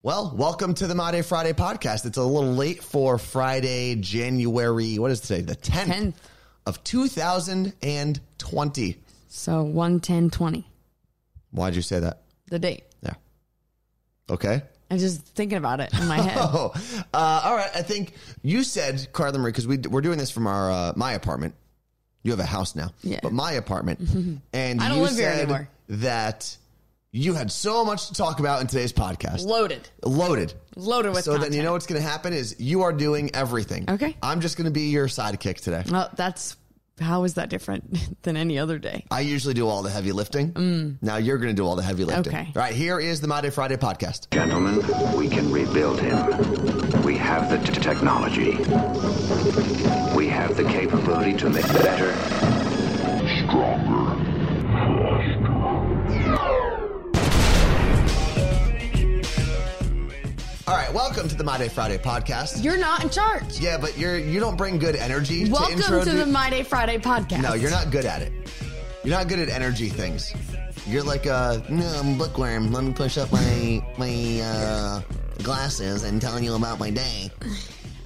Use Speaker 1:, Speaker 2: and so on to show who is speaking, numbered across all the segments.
Speaker 1: Well, welcome to the Made Friday podcast. It's a little late for Friday, January, what is today? The 10th,
Speaker 2: 10th.
Speaker 1: of 2020.
Speaker 2: So 110 20,
Speaker 1: Why'd you say that?
Speaker 2: the date.
Speaker 1: Yeah. Okay.
Speaker 2: I'm just thinking about it in my head.
Speaker 1: Oh, uh, all right. I think you said, Carla Marie, because we, we're doing this from our uh, my apartment. You have a house now,
Speaker 2: Yeah.
Speaker 1: but my apartment. and
Speaker 2: I don't
Speaker 1: you
Speaker 2: live here
Speaker 1: said
Speaker 2: anymore.
Speaker 1: that you had so much to talk about in today's podcast.
Speaker 2: Loaded.
Speaker 1: Loaded.
Speaker 2: Loaded with
Speaker 1: so
Speaker 2: content.
Speaker 1: then you know what's going to happen is you are doing everything.
Speaker 2: Okay.
Speaker 1: I'm just going to be your sidekick today.
Speaker 2: Well, that's how is that different than any other day?
Speaker 1: I usually do all the heavy lifting. Now you're going to do all the heavy lifting.
Speaker 2: Mm. Okay.
Speaker 1: All right. Here is the My Day Friday podcast.
Speaker 3: Gentlemen, we can rebuild him. We have the t- technology. We have the capability to make better.
Speaker 1: All right. Welcome to the My Day Friday podcast.
Speaker 2: You're not in charge.
Speaker 1: yeah, but you're you don't bring good energy.
Speaker 2: Welcome
Speaker 1: to, intro
Speaker 2: to the My Day Friday podcast.
Speaker 1: No, you're not good at it. You're not good at energy things. You're like a no, I'm a bookworm. Let me push up my my uh, glasses and tell you about my day.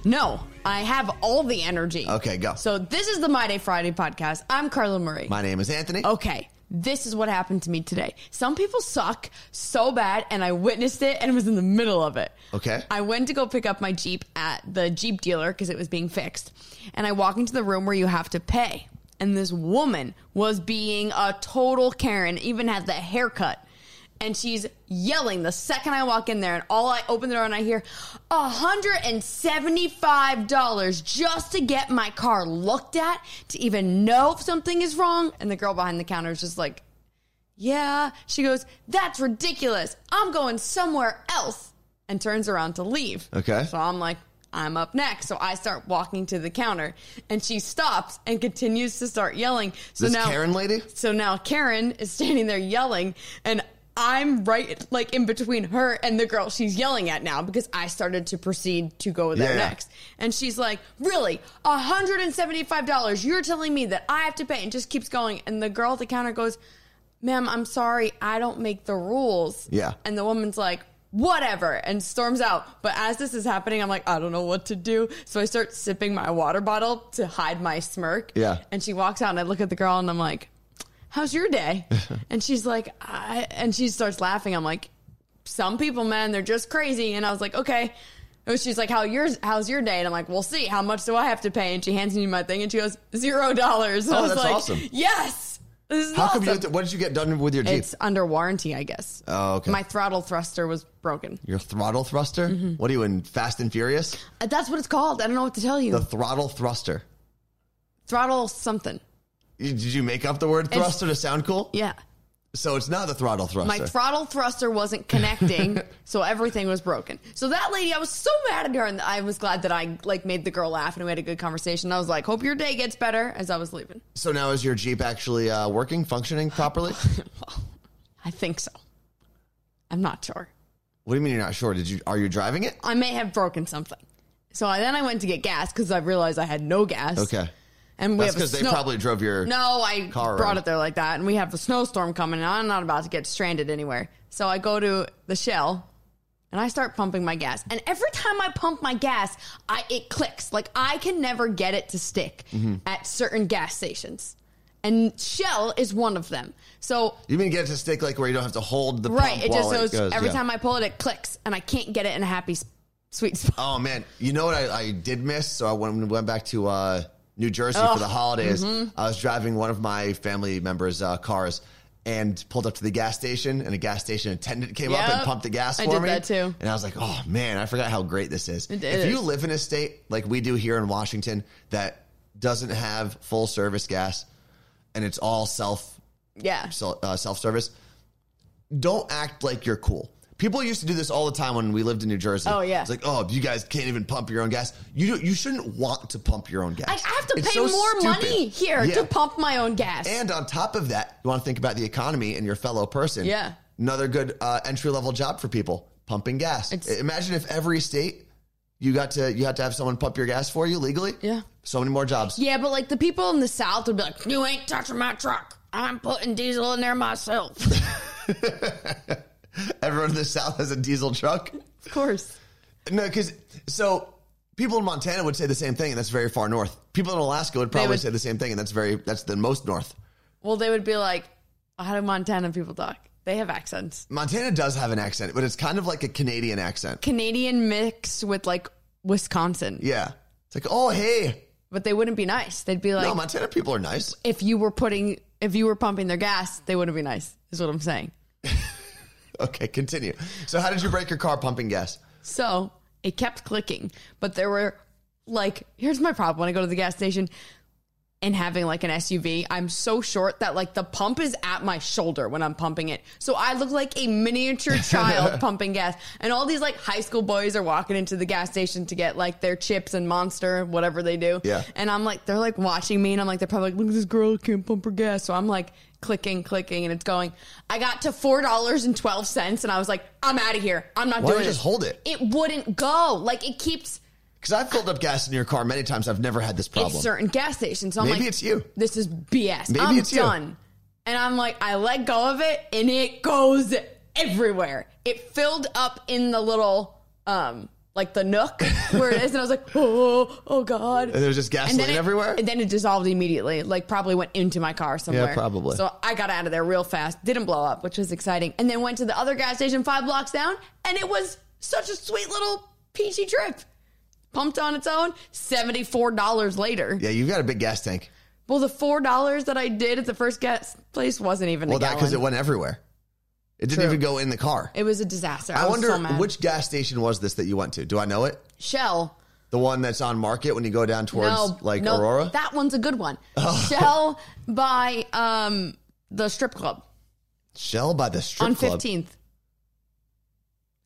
Speaker 2: No, I have all the energy.
Speaker 1: Okay, go.
Speaker 2: So this is the My Day Friday podcast. I'm Carla Murray.
Speaker 1: My name is Anthony.
Speaker 2: okay, this is what happened to me today. Some people suck so bad, and I witnessed it and was in the middle of it.
Speaker 1: Okay.
Speaker 2: I went to go pick up my Jeep at the Jeep dealer because it was being fixed. And I walk into the room where you have to pay. And this woman was being a total Karen, even had the haircut. And she's yelling the second I walk in there. And all I open the door and I hear $175 just to get my car looked at, to even know if something is wrong. And the girl behind the counter is just like, yeah. She goes, That's ridiculous. I'm going somewhere else. And turns around to leave.
Speaker 1: Okay.
Speaker 2: So I'm like, I'm up next. So I start walking to the counter and she stops and continues to start yelling. So
Speaker 1: This
Speaker 2: now
Speaker 1: Karen lady.
Speaker 2: So now Karen is standing there yelling and I'm right like in between her and the girl she's yelling at now because I started to proceed to go there
Speaker 1: Yeah, yeah.
Speaker 2: next. And she's like, Really? $175? You're telling me that I have to pay? And just keeps going. And the girl at the counter goes, Ma'am, I'm sorry. I don't make the rules.
Speaker 1: Yeah.
Speaker 2: And the woman's like, Whatever. And storms out. But as this is happening, I'm like, I don't know what to do. So I start sipping my water bottle to hide my smirk.
Speaker 1: Yeah.
Speaker 2: And she walks out, and I look at the girl, and I'm like, How's your day? and she's like, I, and she starts laughing. I'm like, some people, man, they're just crazy. And I was like, okay. And she's like, how yours? How's your day? And I'm like, we'll see. How much do I have to pay? And she hands me my thing, and she goes zero dollars. I
Speaker 1: Oh,
Speaker 2: was
Speaker 1: that's
Speaker 2: like,
Speaker 1: awesome.
Speaker 2: Yes, this is
Speaker 1: How
Speaker 2: awesome.
Speaker 1: come you? Have to, what did you get done with your jeep?
Speaker 2: it's under warranty, I guess.
Speaker 1: Oh, okay.
Speaker 2: My Mm-hmm. throttle thruster was broken.
Speaker 1: your throttle thruster. What are you in? Fast and Furious.
Speaker 2: Uh, That's what it's called. I don't know what to tell you.
Speaker 1: The throttle thruster.
Speaker 2: throttle something.
Speaker 1: You- Did you make up the word thruster to sound cool?
Speaker 2: Yeah.
Speaker 1: So it's not the throttle
Speaker 2: My
Speaker 1: thruster.
Speaker 2: throttle thruster wasn't connecting, so everything was broken. So that lady, I was so mad at her, and I was glad that I like made the girl laugh and we had a good conversation. I was like, "Hope your day gets better." As I was leaving,
Speaker 1: so now is your jeep actually uh, working, functioning properly?
Speaker 2: I think so. I'm not sure.
Speaker 1: What do you mean you're not sure? Did you are you driving it?
Speaker 2: I may have broken something. So I, then I went to get gas because I realized I had no gas.
Speaker 1: Okay.
Speaker 2: and we
Speaker 1: That's
Speaker 2: have a
Speaker 1: because they
Speaker 2: snow-
Speaker 1: probably drove your.
Speaker 2: No, I
Speaker 1: Car
Speaker 2: brought
Speaker 1: around.
Speaker 2: it there like that, and we have a snowstorm coming, and I'm not about to get stranded anywhere. So I go to the shell, and I start pumping my gas. And every time I pump my gas, I it clicks. Like I can never get it to stick
Speaker 1: Mm-hmm.
Speaker 2: at certain gas stations, and Shell is one of them. So
Speaker 1: You mean get it to stick like where you don't have to hold the
Speaker 2: right,
Speaker 1: pump
Speaker 2: it
Speaker 1: while
Speaker 2: just goes, every
Speaker 1: yeah.
Speaker 2: time I pull it, it clicks, and I can't get it in a happy, s- sweet spot.
Speaker 1: Oh man, you know what I, I did miss? So I went, went back to uh, New Jersey for
Speaker 2: Oh,
Speaker 1: the holidays.
Speaker 2: mm-hmm.
Speaker 1: I was driving one of my family members' uh, cars and pulled up to the gas station, and a gas station attendant came up and
Speaker 2: Yep.
Speaker 1: pumped the gas
Speaker 2: I
Speaker 1: for
Speaker 2: did
Speaker 1: me.
Speaker 2: that too.
Speaker 1: And I was like, oh man, I forgot how great this is. if
Speaker 2: It is.
Speaker 1: you live in a state like we do here in Washington that doesn't have full service gas, and it's all self
Speaker 2: Yeah,
Speaker 1: self uh, service. Don't act like you're cool. People used to do this all the time when we lived in New Jersey.
Speaker 2: Oh, yeah.
Speaker 1: it's like oh, you guys can't even pump your own gas. You do, you shouldn't want to pump your own gas.
Speaker 2: I, I have to
Speaker 1: It's
Speaker 2: pay
Speaker 1: so
Speaker 2: more
Speaker 1: stupid.
Speaker 2: money here
Speaker 1: Yeah.
Speaker 2: to pump my own gas.
Speaker 1: And on top of that, you want to think about the economy and your fellow person.
Speaker 2: Yeah.
Speaker 1: another good uh, entry level job for people: pumping gas.
Speaker 2: It's-
Speaker 1: Imagine if every state you got to you had to have someone pump your gas for you legally.
Speaker 2: Yeah.
Speaker 1: so many more jobs.
Speaker 2: Yeah, but like the people in the South would be like, "You ain't touching my truck. I'm putting diesel in there myself."
Speaker 1: Everyone in the South has a diesel truck.
Speaker 2: Of course.
Speaker 1: No, because so people in Montana would say the same thing, and that's very far north. People in Alaska would probably
Speaker 2: would-
Speaker 1: say the same thing, and that's very that's the most north.
Speaker 2: Well, they would be like, how do Montana people talk? They have accents.
Speaker 1: Montana does have an accent, but it's kind of like a Canadian accent.
Speaker 2: Canadian mixed with like Wisconsin.
Speaker 1: Yeah, it's like oh hey,
Speaker 2: But they wouldn't be nice. They'd be like,
Speaker 1: no Montana people are nice.
Speaker 2: if you were putting, if you were pumping their gas, they wouldn't be nice, is what I'm saying.
Speaker 1: Okay, continue. So how did you break your car pumping gas?
Speaker 2: So it kept clicking, but there were like, here's my problem when I go to the gas station and having like an SUV, I'm so short that like the pump is at my shoulder when I'm pumping it. So I look like a miniature child pumping gas. And all these like high school boys are walking into the gas station to get like their chips and monster, whatever they do.
Speaker 1: Yeah.
Speaker 2: And I'm like, they're like watching me and I'm like, they're probably like, look at this girl who can't pump her gas. So I'm like clicking, clicking, and it's going. I got to $4.12 and I was like, I'm out of here. I'm not
Speaker 1: Why
Speaker 2: doing
Speaker 1: don't you
Speaker 2: this
Speaker 1: just hold it?
Speaker 2: it wouldn't go. Like it keeps
Speaker 1: Because I've filled up gas in your car many times. I've never had this
Speaker 2: at
Speaker 1: problem.
Speaker 2: certain gas stations. So I'm
Speaker 1: Maybe
Speaker 2: like,
Speaker 1: it's you.
Speaker 2: This is BS.
Speaker 1: Maybe
Speaker 2: I'm
Speaker 1: it's you.
Speaker 2: done. And I'm like, I let go of it, and it goes everywhere. It filled up in the little, um, like the nook where it is, and I was like, oh, oh god.
Speaker 1: And there's just gasoline
Speaker 2: then it-
Speaker 1: everywhere?
Speaker 2: And then it dissolved immediately. Like probably went into my car somewhere.
Speaker 1: probably.
Speaker 2: So I got out of there real fast. Didn't blow up, which was exciting. And then went to the other gas station five blocks down, and it was such a sweet little peachy trip. Pumped on its own, seventy four dollars later.
Speaker 1: yeah, you've got a big gas tank.
Speaker 2: Well, the four dollars that I did at the first gas place wasn't even.
Speaker 1: Well,
Speaker 2: a
Speaker 1: that because it
Speaker 2: gallon.
Speaker 1: went everywhere. It didn't
Speaker 2: True.
Speaker 1: even go in the car.
Speaker 2: It was a disaster. I,
Speaker 1: I
Speaker 2: was
Speaker 1: wonder
Speaker 2: so mad.
Speaker 1: which gas station was this that you went to. Do I know it?
Speaker 2: Shell.
Speaker 1: The one that's on Market when you go down towards
Speaker 2: no,
Speaker 1: like
Speaker 2: no,
Speaker 1: Aurora. Oh.
Speaker 2: That one's a good one. Shell by um the strip club
Speaker 1: Shell by the strip
Speaker 2: on
Speaker 1: club.
Speaker 2: fifteenth.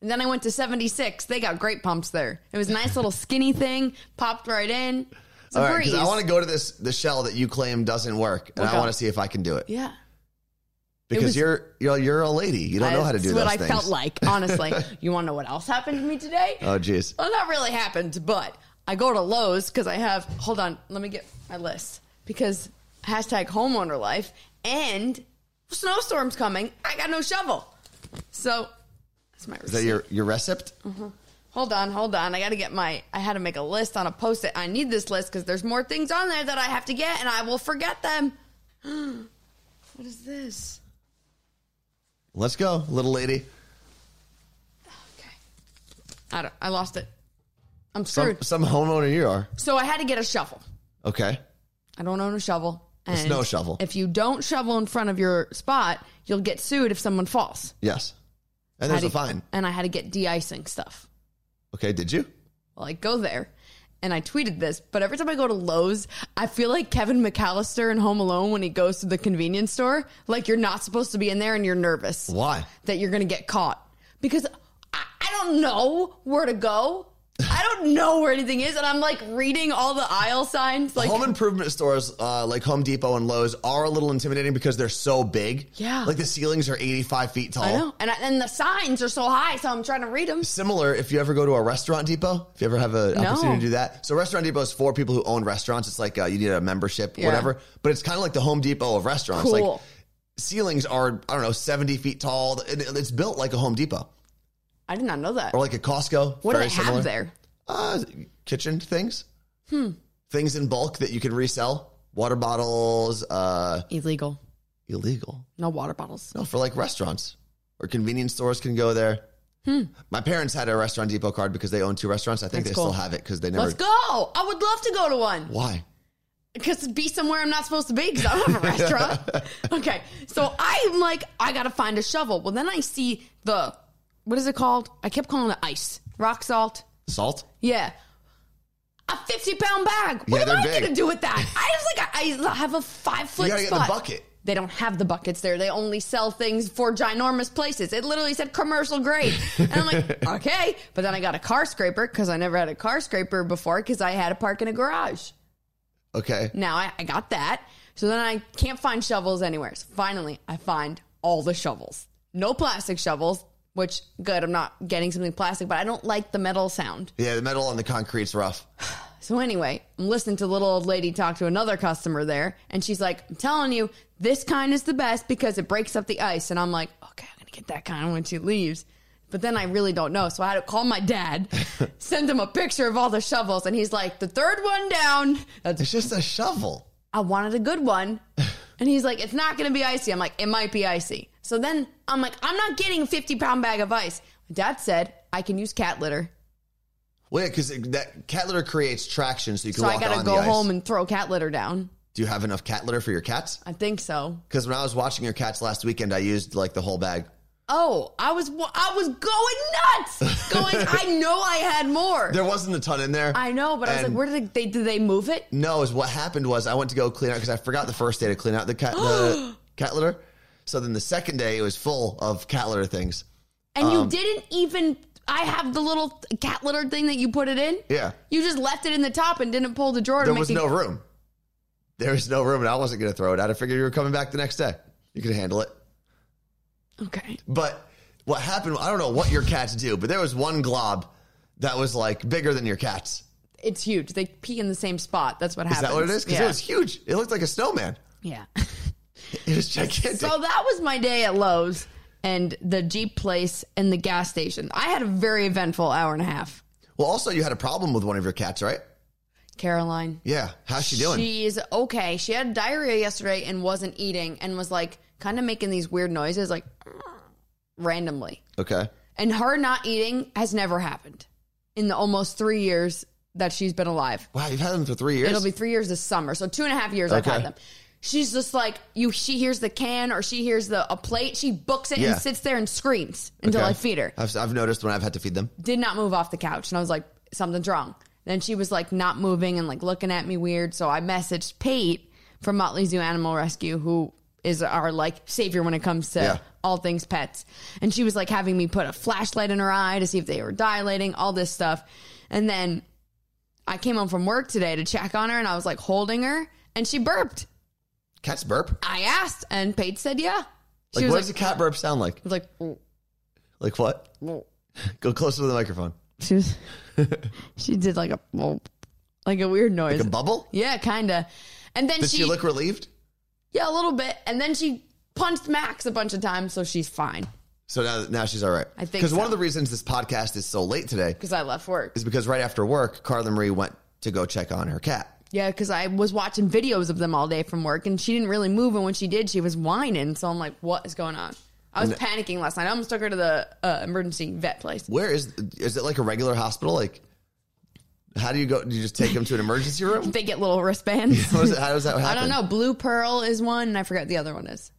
Speaker 2: And then I went to seventy six. They got great pumps there. It was a nice little skinny thing. Popped right in. It's a
Speaker 1: All right,
Speaker 2: breeze.
Speaker 1: because I want to go to this the shell that you claim doesn't work, and
Speaker 2: We'll
Speaker 1: I
Speaker 2: go.
Speaker 1: want to see if I can do it.
Speaker 2: yeah.
Speaker 1: Because
Speaker 2: was-
Speaker 1: you're you're you're a lady. You don't know how to do
Speaker 2: That's
Speaker 1: those
Speaker 2: what I
Speaker 1: things.
Speaker 2: felt like. Honestly, you want to know what else happened to me today?
Speaker 1: Oh, jeez.
Speaker 2: Well, that really happened, but I go to Lowe's because I have. Hold on, let me get my list because hashtag homeowner life and snowstorms coming. I got no shovel, so that's my
Speaker 1: Is that
Speaker 2: receipt.
Speaker 1: your your recipe?
Speaker 2: hold on, hold on. I got to get my. I had to make a list on a post it. I need this list because there's more things on there that I have to get, and I will forget them. what is this?
Speaker 1: Let's go, little lady.
Speaker 2: Okay, I don't. I lost it. I'm
Speaker 1: Some
Speaker 2: screwed.
Speaker 1: some homeowner you are.
Speaker 2: so I had to get a shovel.
Speaker 1: Okay.
Speaker 2: I don't own a shovel. And
Speaker 1: snow shovel.
Speaker 2: If you don't shovel in front of your spot, you'll get sued if someone falls.
Speaker 1: Yes. And there's
Speaker 2: Had
Speaker 1: a
Speaker 2: to-
Speaker 1: fine.
Speaker 2: And I had to get de-icing stuff.
Speaker 1: Okay. Did you?
Speaker 2: Well, I go there, and I tweeted this. But every time I go to Lowe's, I feel like Kevin McAllister in Home Alone when he goes to the convenience store. Like you're not supposed to be in there, and you're nervous
Speaker 1: Why?
Speaker 2: that you're going to get caught because I, I don't know where to go. I don't know where anything is, and I'm like reading all the aisle signs. Like
Speaker 1: home improvement stores uh, like Home Depot and Lowe's are a little intimidating because they're so big.
Speaker 2: Yeah.
Speaker 1: Like the ceilings are 85 feet tall.
Speaker 2: I know. And, I, and the signs are so high, so I'm trying to read them.
Speaker 1: Similar if you ever go to a restaurant depot, if you ever have an
Speaker 2: No.
Speaker 1: opportunity to do that. So, restaurant depot is for people who own restaurants. It's like uh, you need a membership,
Speaker 2: Yeah.
Speaker 1: whatever. But it's kind of like the Home Depot of restaurants.
Speaker 2: Cool.
Speaker 1: Like ceilings are, I don't know, 70 feet tall. It- It's built like a Home Depot
Speaker 2: I did not know that.
Speaker 1: or like a Costco.
Speaker 2: what do
Speaker 1: Very
Speaker 2: they
Speaker 1: similar.
Speaker 2: have there? Hmm.
Speaker 1: Uh, kitchen things, things in bulk that you can resell. Water bottles, uh,
Speaker 2: Illegal.
Speaker 1: illegal.
Speaker 2: No water bottles.
Speaker 1: No, for like restaurants or convenience stores can go there. My parents had a Restaurant Depot card because they own two restaurants. I think
Speaker 2: Hmm. That's
Speaker 1: they
Speaker 2: cool.
Speaker 1: still have it because they never.
Speaker 2: Let's go. I would love to go to one.
Speaker 1: Why?
Speaker 2: Because it'd be somewhere I'm not supposed to be because I don't have a restaurant. Okay. So I'm like, I got to find a shovel. Well, then I see the, what is it called? I kept calling it ice. Rock salt.
Speaker 1: Salt?
Speaker 2: Yeah. A 50 pound bag. What
Speaker 1: Yeah,
Speaker 2: am
Speaker 1: they're
Speaker 2: I
Speaker 1: big.
Speaker 2: going to do with that? I was like, I I have a five foot
Speaker 1: You gotta get the
Speaker 2: spot.
Speaker 1: bucket.
Speaker 2: They don't have the buckets there. They only sell things for ginormous places. It literally said commercial grade. And I'm like, okay. But then I got a car scraper because I never had a car scraper before because I had to park in a garage.
Speaker 1: Okay.
Speaker 2: Now I, I got that. So then I can't find shovels anywhere. So finally, I find all the shovels. No plastic shovels, which good. I'm not getting something plastic, but I don't like the metal sound.
Speaker 1: Yeah, the metal on the concrete's rough.
Speaker 2: So anyway, I'm listening to little old lady talk to another customer there, and she's like, "I'm telling you, this kind is the best because it breaks up the ice." And I'm like, "Okay, I'm gonna get that kind when she leaves." But then I really don't know. So I had to call my dad, send him a picture of all the shovels, and he's like, the third one down. That's-
Speaker 1: It's just a shovel.
Speaker 2: I wanted a good one. And he's like, it's not going to be icy. I'm like, it might be icy. So then I'm like, I'm not getting a 50 pound bag of ice. My dad said, I can use cat litter.
Speaker 1: Well, yeah, because that cat litter creates traction, so you can
Speaker 2: So
Speaker 1: walk
Speaker 2: I got
Speaker 1: on the
Speaker 2: to go
Speaker 1: ice.
Speaker 2: home and throw cat litter down.
Speaker 1: Do you have enough cat litter for your cats?
Speaker 2: I think so.
Speaker 1: Because when I was watching your cats last weekend, I used like the whole bag.
Speaker 2: Oh, I was wa- I was going nuts. Going, I know I had more.
Speaker 1: There wasn't a ton in there.
Speaker 2: I know, but I was
Speaker 1: And-
Speaker 2: like, where did they, they did they move it?
Speaker 1: No, is what happened was I went to go clean out because I forgot the first day to clean out the cat the cat litter. So then the second day it was full of cat litter things.
Speaker 2: And
Speaker 1: Um,
Speaker 2: you didn't even. I have the little cat litter thing that you put it in.
Speaker 1: Yeah.
Speaker 2: You just left it in the top and didn't pull the drawer
Speaker 1: There
Speaker 2: to
Speaker 1: was
Speaker 2: make
Speaker 1: no
Speaker 2: it.
Speaker 1: room. There was no room, and I wasn't going to throw it out. I figured you were coming back the next day. You could handle it.
Speaker 2: okay.
Speaker 1: But what happened? I don't know what your cats do, but there was one glob that was like bigger than your cats.
Speaker 2: It's huge. They pee in the same spot. That's what
Speaker 1: Is
Speaker 2: happens.
Speaker 1: that what it is? Because
Speaker 2: yeah.
Speaker 1: it was huge. It looked like a snowman.
Speaker 2: yeah.
Speaker 1: It was gigantic.
Speaker 2: So that was my day at Lowe's and the Jeep place and the gas station. I had a very eventful hour and a half.
Speaker 1: well, also you had a problem with one of your cats, right?
Speaker 2: Caroline.
Speaker 1: Yeah. How's she doing?
Speaker 2: She's okay. She had diarrhea yesterday and wasn't eating and was like kind of making these weird noises like randomly.
Speaker 1: okay.
Speaker 2: And her not eating has never happened in the almost three years that she's been alive.
Speaker 1: Wow, you've had them for three years.
Speaker 2: It'll be three years this summer. So two and a half years I've
Speaker 1: Okay.
Speaker 2: had them. She's just like you. She hears the can or she hears the a plate. She books it
Speaker 1: Yeah.
Speaker 2: and sits there and screams until
Speaker 1: Okay.
Speaker 2: I feed her.
Speaker 1: I've, I've noticed when I've had to feed them.
Speaker 2: did not move off the couch. And I was like, something's wrong. Then she was like not moving and like looking at me weird. So I messaged Pete from Motley Zoo Animal Rescue, who is our like savior when it comes to
Speaker 1: Yeah.
Speaker 2: all things pets. And she was like having me put a flashlight in her eye to see if they were dilating, all this stuff. And then I came home from work today to check on her and I was like holding her and she burped.
Speaker 1: Cats burp.
Speaker 2: I asked and Pate said, yeah. She
Speaker 1: Like, what
Speaker 2: was,
Speaker 1: does a
Speaker 2: like,
Speaker 1: cat burp sound like?
Speaker 2: was like, "Mm,
Speaker 1: Like what?
Speaker 2: mm."
Speaker 1: Go closer to the microphone.
Speaker 2: she was, she did like a, "Mm," like a weird noise.
Speaker 1: Like a bubble?
Speaker 2: Yeah, kind of. And then
Speaker 1: Did
Speaker 2: she,
Speaker 1: she, look relieved?
Speaker 2: yeah, a little bit. And then she punched Max a bunch of times, so she's fine
Speaker 1: So now, now she's all right.
Speaker 2: I think
Speaker 1: Because one
Speaker 2: so.
Speaker 1: of the reasons this podcast is so late today
Speaker 2: because I left work.
Speaker 1: is because right after work, Carla Marie went to go check on her cat.
Speaker 2: Yeah, because I was watching videos of them all day from work, and she didn't really move. And when she did, she was whining. So I'm like, what is going on? I was panicking last night. I almost took her to the uh, emergency vet place.
Speaker 1: Where is is it like a regular hospital? Like, how do you go? Do you just take them to an emergency room?
Speaker 2: They get little wristbands.
Speaker 1: What is it- how does that happen?
Speaker 2: I don't know. Blue Pearl is one, and I forget the other one is.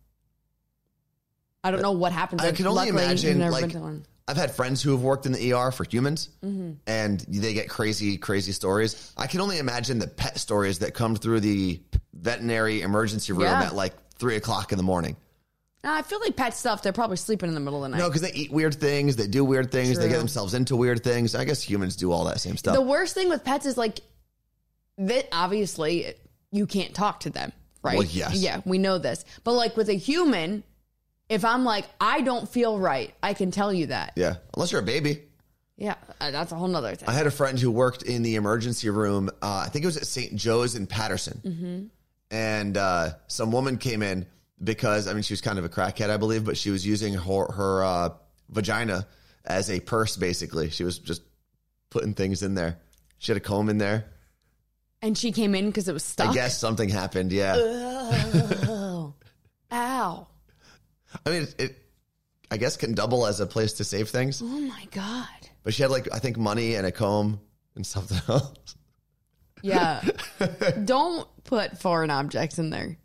Speaker 2: I don't know what happens.
Speaker 1: Uh, I can only
Speaker 2: Luckily, I've
Speaker 1: imagine.
Speaker 2: never been
Speaker 1: Like,
Speaker 2: to one. Mm-hmm.
Speaker 1: I've had friends who have worked in the ER for humans, and they get crazy, crazy stories. I can only imagine the pet stories that come through the veterinary emergency room
Speaker 2: Yeah.
Speaker 1: at like three o'clock in the morning.
Speaker 2: Nah, I feel like pet stuff. They're probably sleeping in the middle of the night.
Speaker 1: No, because they eat weird things, they do weird things, they get
Speaker 2: True.
Speaker 1: themselves into weird things. I guess humans do all that same stuff.
Speaker 2: The worst thing with pets is like that. Obviously, it- you can't talk to them, right?
Speaker 1: Well, yes.
Speaker 2: Yeah, we know this. But like with a human, if I'm like I don't feel right, I can tell you that.
Speaker 1: yeah, unless you're a baby.
Speaker 2: Yeah, uh, that's a whole nother thing.
Speaker 1: I had a friend who worked in the emergency room. Uh, I think it was at St. Joe's in Patterson. And uh, some woman came in because, I mean, she was kind of a crackhead, I believe, but she was using her, her uh, vagina as a purse, basically. She was just putting things in there. She had a comb in there.
Speaker 2: and she came in because it was stuck.
Speaker 1: I guess something happened. Yeah.
Speaker 2: Oh, ow!
Speaker 1: I mean, it, it, I guess, can double as a place to save things.
Speaker 2: Oh my god!
Speaker 1: But she had, like, I think money and a comb and something else.
Speaker 2: Yeah, don't put foreign objects in there.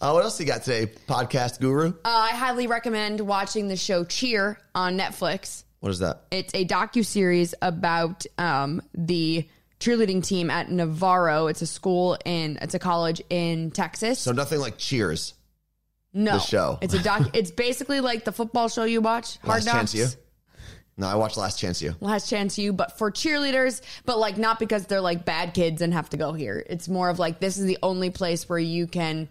Speaker 1: Uh, what else you got today, podcast guru?
Speaker 2: Uh, I highly recommend watching the show Cheer on Netflix.
Speaker 1: What is that?
Speaker 2: It's a docu series about um, the cheerleading team at Navarro. It's a school in it's a college in Texas.
Speaker 1: So, nothing like cheers.
Speaker 2: no,
Speaker 1: the show.
Speaker 2: It's a doc. it's basically like the football show you watch, Hard
Speaker 1: Last Chance
Speaker 2: Knocks.
Speaker 1: You. No, I watched Last Chance You.
Speaker 2: Last Chance You, but for cheerleaders, but like not because they're like bad kids and have to go here. It's more of like this is the only place where you can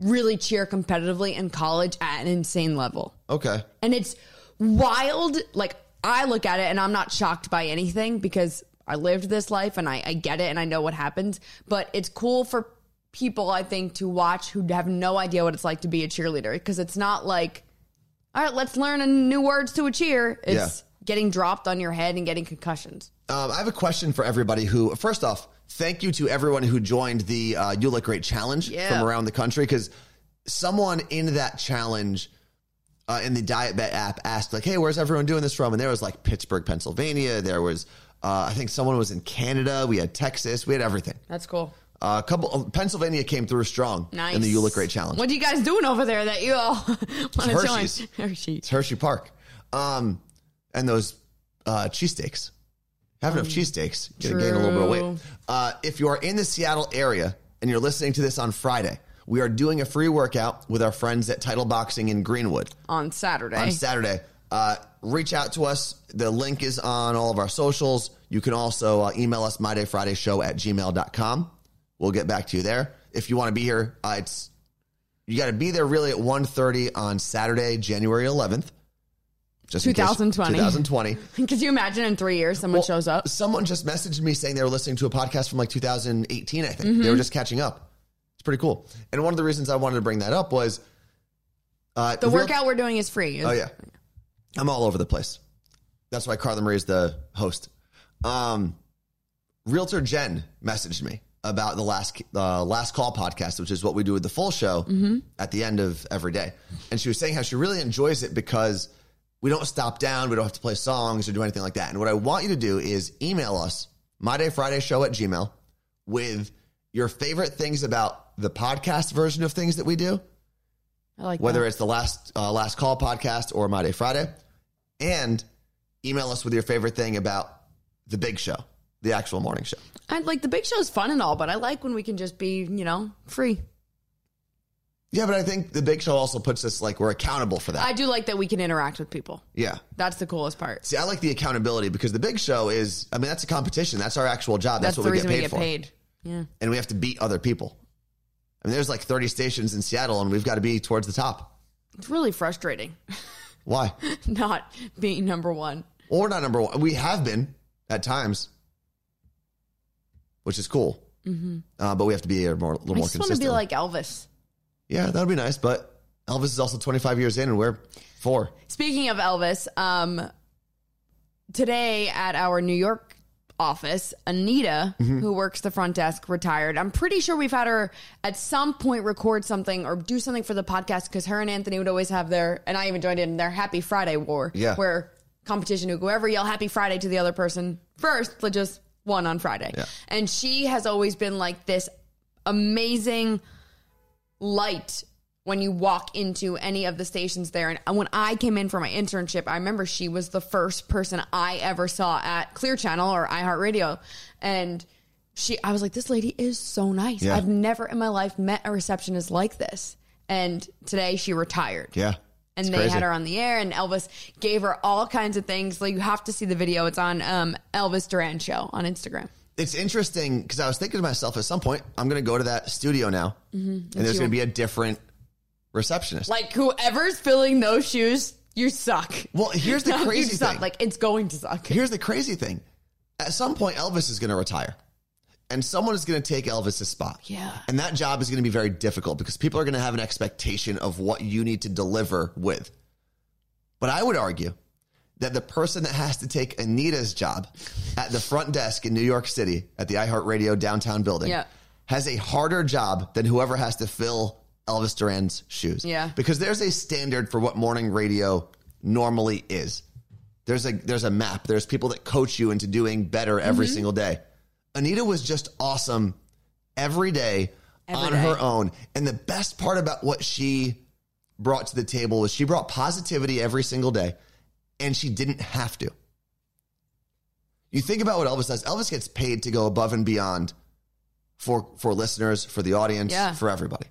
Speaker 2: really cheer competitively in college at an insane level.
Speaker 1: Okay.
Speaker 2: and it's wild. Like I look at it and I'm not shocked by anything because I lived this life and I, I get it and I know what happens. But it's cool for people, I think, to watch who have no idea what it's like to be a cheerleader because it's not like All right, let's learn a new words to a cheer. It's
Speaker 1: Yeah.
Speaker 2: getting dropped on your head and getting concussions.
Speaker 1: Um, I have a question for everybody who, first off, thank you to everyone who joined the uh, You Look Great challenge
Speaker 2: Yeah.
Speaker 1: from around the country because someone in that challenge uh, in the Diet Bet app asked, like, hey, where's everyone doing this from? And there was like Pittsburgh, Pennsylvania. There was, uh, I think someone was in Canada. We had Texas. We had everything.
Speaker 2: That's cool.
Speaker 1: Uh, a couple, of, Pennsylvania came through strong
Speaker 2: Nice.
Speaker 1: in the You Look Great challenge.
Speaker 2: What are you guys doing over there that you all want to join?
Speaker 1: Hershey's.
Speaker 2: Hershey.
Speaker 1: It's Hershey Park. Um, and those uh, cheesesteaks. Have enough cheesesteaks. You're going to gain a little bit of
Speaker 2: true.
Speaker 1: weight. Uh, if you are in the Seattle area and you're listening to this on Friday, we are doing a free workout with our friends at Title Boxing in Greenwood
Speaker 2: On Saturday.
Speaker 1: on Saturday. Uh, reach out to us. The link is on all of our socials. You can also uh, email us mydayfridayshow at gmail.com. We'll get back to you there. If you want to be here, uh, it's you got to be there really at 1.30 on Saturday, January 11th. Just in case-
Speaker 2: 2020.
Speaker 1: 2020.
Speaker 2: Could you imagine in three years someone
Speaker 1: Well,
Speaker 2: shows up?
Speaker 1: Someone just messaged me saying they were listening to a podcast from like 2018, I think.
Speaker 2: Mm-hmm.
Speaker 1: They were just catching up. It's pretty cool. And one of the reasons I wanted to bring that up was uh,
Speaker 2: The
Speaker 1: real-
Speaker 2: workout we're doing is free.
Speaker 1: Oh yeah, I'm all over the place. That's why Carla Marie is the host. Um, Realtor Jen messaged me about the last uh, last call podcast, which is what we do with the full show at the end of every day. And she was saying how she really enjoys it because we don't stop down, we don't have to play songs or do anything like that. And what I want you to do is email us mydayfridayshow at gmail with your favorite things about the podcast version of things that we do
Speaker 2: I like
Speaker 1: whether
Speaker 2: that.
Speaker 1: it's the last uh, last call podcast or My Day Friday, and email us with your favorite thing about the big show, the actual morning show.
Speaker 2: I like the big show's fun and all, but I like when we can just be, you know, free.
Speaker 1: Yeah, but I think the big show also puts us like we're accountable for that.
Speaker 2: I do like that we can interact with people.
Speaker 1: yeah.
Speaker 2: That's the coolest part.
Speaker 1: See, I like the accountability because the big show is, I mean, that's a competition. That's our actual job. That's,
Speaker 2: That's,
Speaker 1: what
Speaker 2: the
Speaker 1: we get
Speaker 2: reason
Speaker 1: paid
Speaker 2: we get
Speaker 1: for.
Speaker 2: paid. Yeah.
Speaker 1: And we have to beat other people. I mean, there's like 30 stations in Seattle and we've got to be towards the top.
Speaker 2: It's really frustrating
Speaker 1: Why?
Speaker 2: not being number one.
Speaker 1: Well, we're not number one. We have been at times, which is cool. Uh, but we have to be a, more, a little
Speaker 2: Mm-hmm. I
Speaker 1: more
Speaker 2: just want to
Speaker 1: consistent.
Speaker 2: be like Elvis.
Speaker 1: yeah, that would be nice. But Elvis is also 25 years in, and we're four.
Speaker 2: Speaking of Elvis, um, today at our New York office, Anita,
Speaker 1: Mm-hmm.
Speaker 2: who works the front desk, retired. I'm pretty sure we've had her at some point record something or do something for the podcast because her and Anthony would always have their, and I even joined in their Happy Friday war,
Speaker 1: Yeah.
Speaker 2: where competition who whoever yell Happy Friday to the other person first, but just one on Friday.
Speaker 1: Yeah.
Speaker 2: And she has always been like this amazing light when you walk into any of the stations there. And when I came in for my internship, I remember she was the first person I ever saw at Clear Channel or iHeartRadio. And she, I was like, this lady is so nice.
Speaker 1: Yeah.
Speaker 2: I've never in my life met a receptionist like this. And today she retired.
Speaker 1: Yeah,
Speaker 2: And
Speaker 1: It's
Speaker 2: they
Speaker 1: crazy.
Speaker 2: had her on the air, and Elvis gave her all kinds of things. Like you have to see the video; it's on um, Elvis Duran show on Instagram.
Speaker 1: It's interesting because I was thinking to myself at some point I'm going to go to that studio now,
Speaker 2: Mm-hmm.
Speaker 1: and there's going to be a different receptionist.
Speaker 2: Like whoever's filling those shoes, you suck.
Speaker 1: well, here's the
Speaker 2: You
Speaker 1: crazy
Speaker 2: suck.
Speaker 1: thing.
Speaker 2: Like it's going to suck.
Speaker 1: Here's the crazy thing. At some point, Elvis is going to retire. And someone is going to take Elvis's spot.
Speaker 2: Yeah.
Speaker 1: And that job is going to be very difficult because people are going to have an expectation of what you need to deliver with. But I would argue that the person that has to take Anita's job at the front desk in New York City at the iHeartRadio downtown building
Speaker 2: Yeah.
Speaker 1: has a harder job than whoever has to fill Elvis Duran's shoes.
Speaker 2: Yeah.
Speaker 1: Because there's a standard for what morning radio normally is. There's a there's a map. There's people that coach you into doing better every
Speaker 2: Mm-hmm.
Speaker 1: single day. Anita was just awesome every day
Speaker 2: Every
Speaker 1: on
Speaker 2: day.
Speaker 1: her own. And the best part about what she brought to the table was she brought positivity every single day and she didn't have to. You think about what Elvis does. Elvis gets paid to go above and beyond for for listeners, for the audience,
Speaker 2: Yeah.
Speaker 1: for everybody.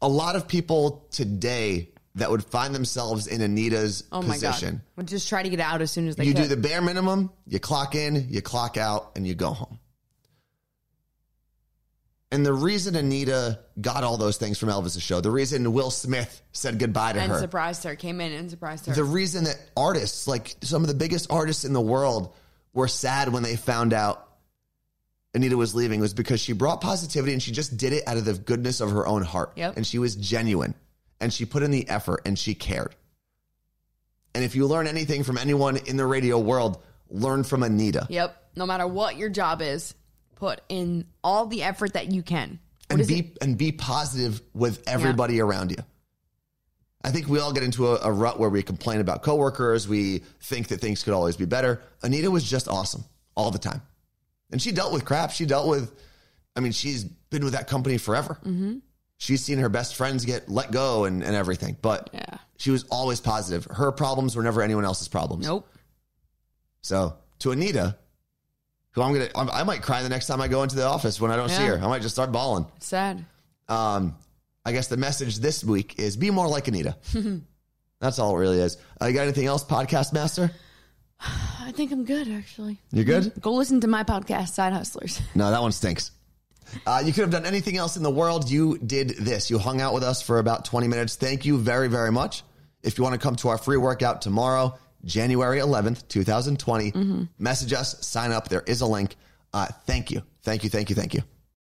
Speaker 1: A lot of people today that would find themselves in Anita's
Speaker 2: Oh my
Speaker 1: position.
Speaker 2: god. We'll just try to get out as soon as they
Speaker 1: You
Speaker 2: could.
Speaker 1: do the bare minimum, you clock in, you clock out, and you go home. And the reason Anita got all those things from Elvis's show, the reason Will Smith said goodbye to
Speaker 2: and
Speaker 1: her,
Speaker 2: surprised her. Came in and surprised her.
Speaker 1: the reason that artists, like some of the biggest artists in the world, were sad when they found out Anita was leaving was because she brought positivity and she just did it out of the goodness of her own heart.
Speaker 2: Yep.
Speaker 1: And she was genuine. and she put in the effort and she cared. And if you learn anything from anyone in the radio world, learn from Anita.
Speaker 2: Yep. No matter what your job is, put in all the effort that you can. What
Speaker 1: and
Speaker 2: is
Speaker 1: be
Speaker 2: it?
Speaker 1: and be positive with everybody around you. I think we all get into a, a rut where we complain about coworkers. We think that things could always be better. Anita was just awesome all the time, and she dealt with crap. She dealt with, I mean, she's been with that company forever.
Speaker 2: Mm-hmm.
Speaker 1: She's seen her best friends get let go and, and everything, but
Speaker 2: Yeah.
Speaker 1: she was always positive. Her problems were never anyone else's problems.
Speaker 2: Nope.
Speaker 1: So to Anita, who I'm gonna, I'm, I might cry the next time I go into the office when I don't see
Speaker 2: Yeah.
Speaker 1: her. I might just start bawling
Speaker 2: Sad.
Speaker 1: um, I guess the message this week is be more like Anita. That's all it really is. Uh, you got anything else, Podcast Master?
Speaker 2: I think I'm good actually.
Speaker 1: You're good?
Speaker 2: Go listen to my podcast, Side Hustlers.
Speaker 1: No, that one stinks. Uh, you could have done anything else in the world. You did this. You hung out with us for about 20 minutes. Thank you very, very much. If you want to come to our free workout tomorrow, January 11th, 2020, message us, sign up. There is a link. Uh, thank you. Thank you. Thank you. Thank you.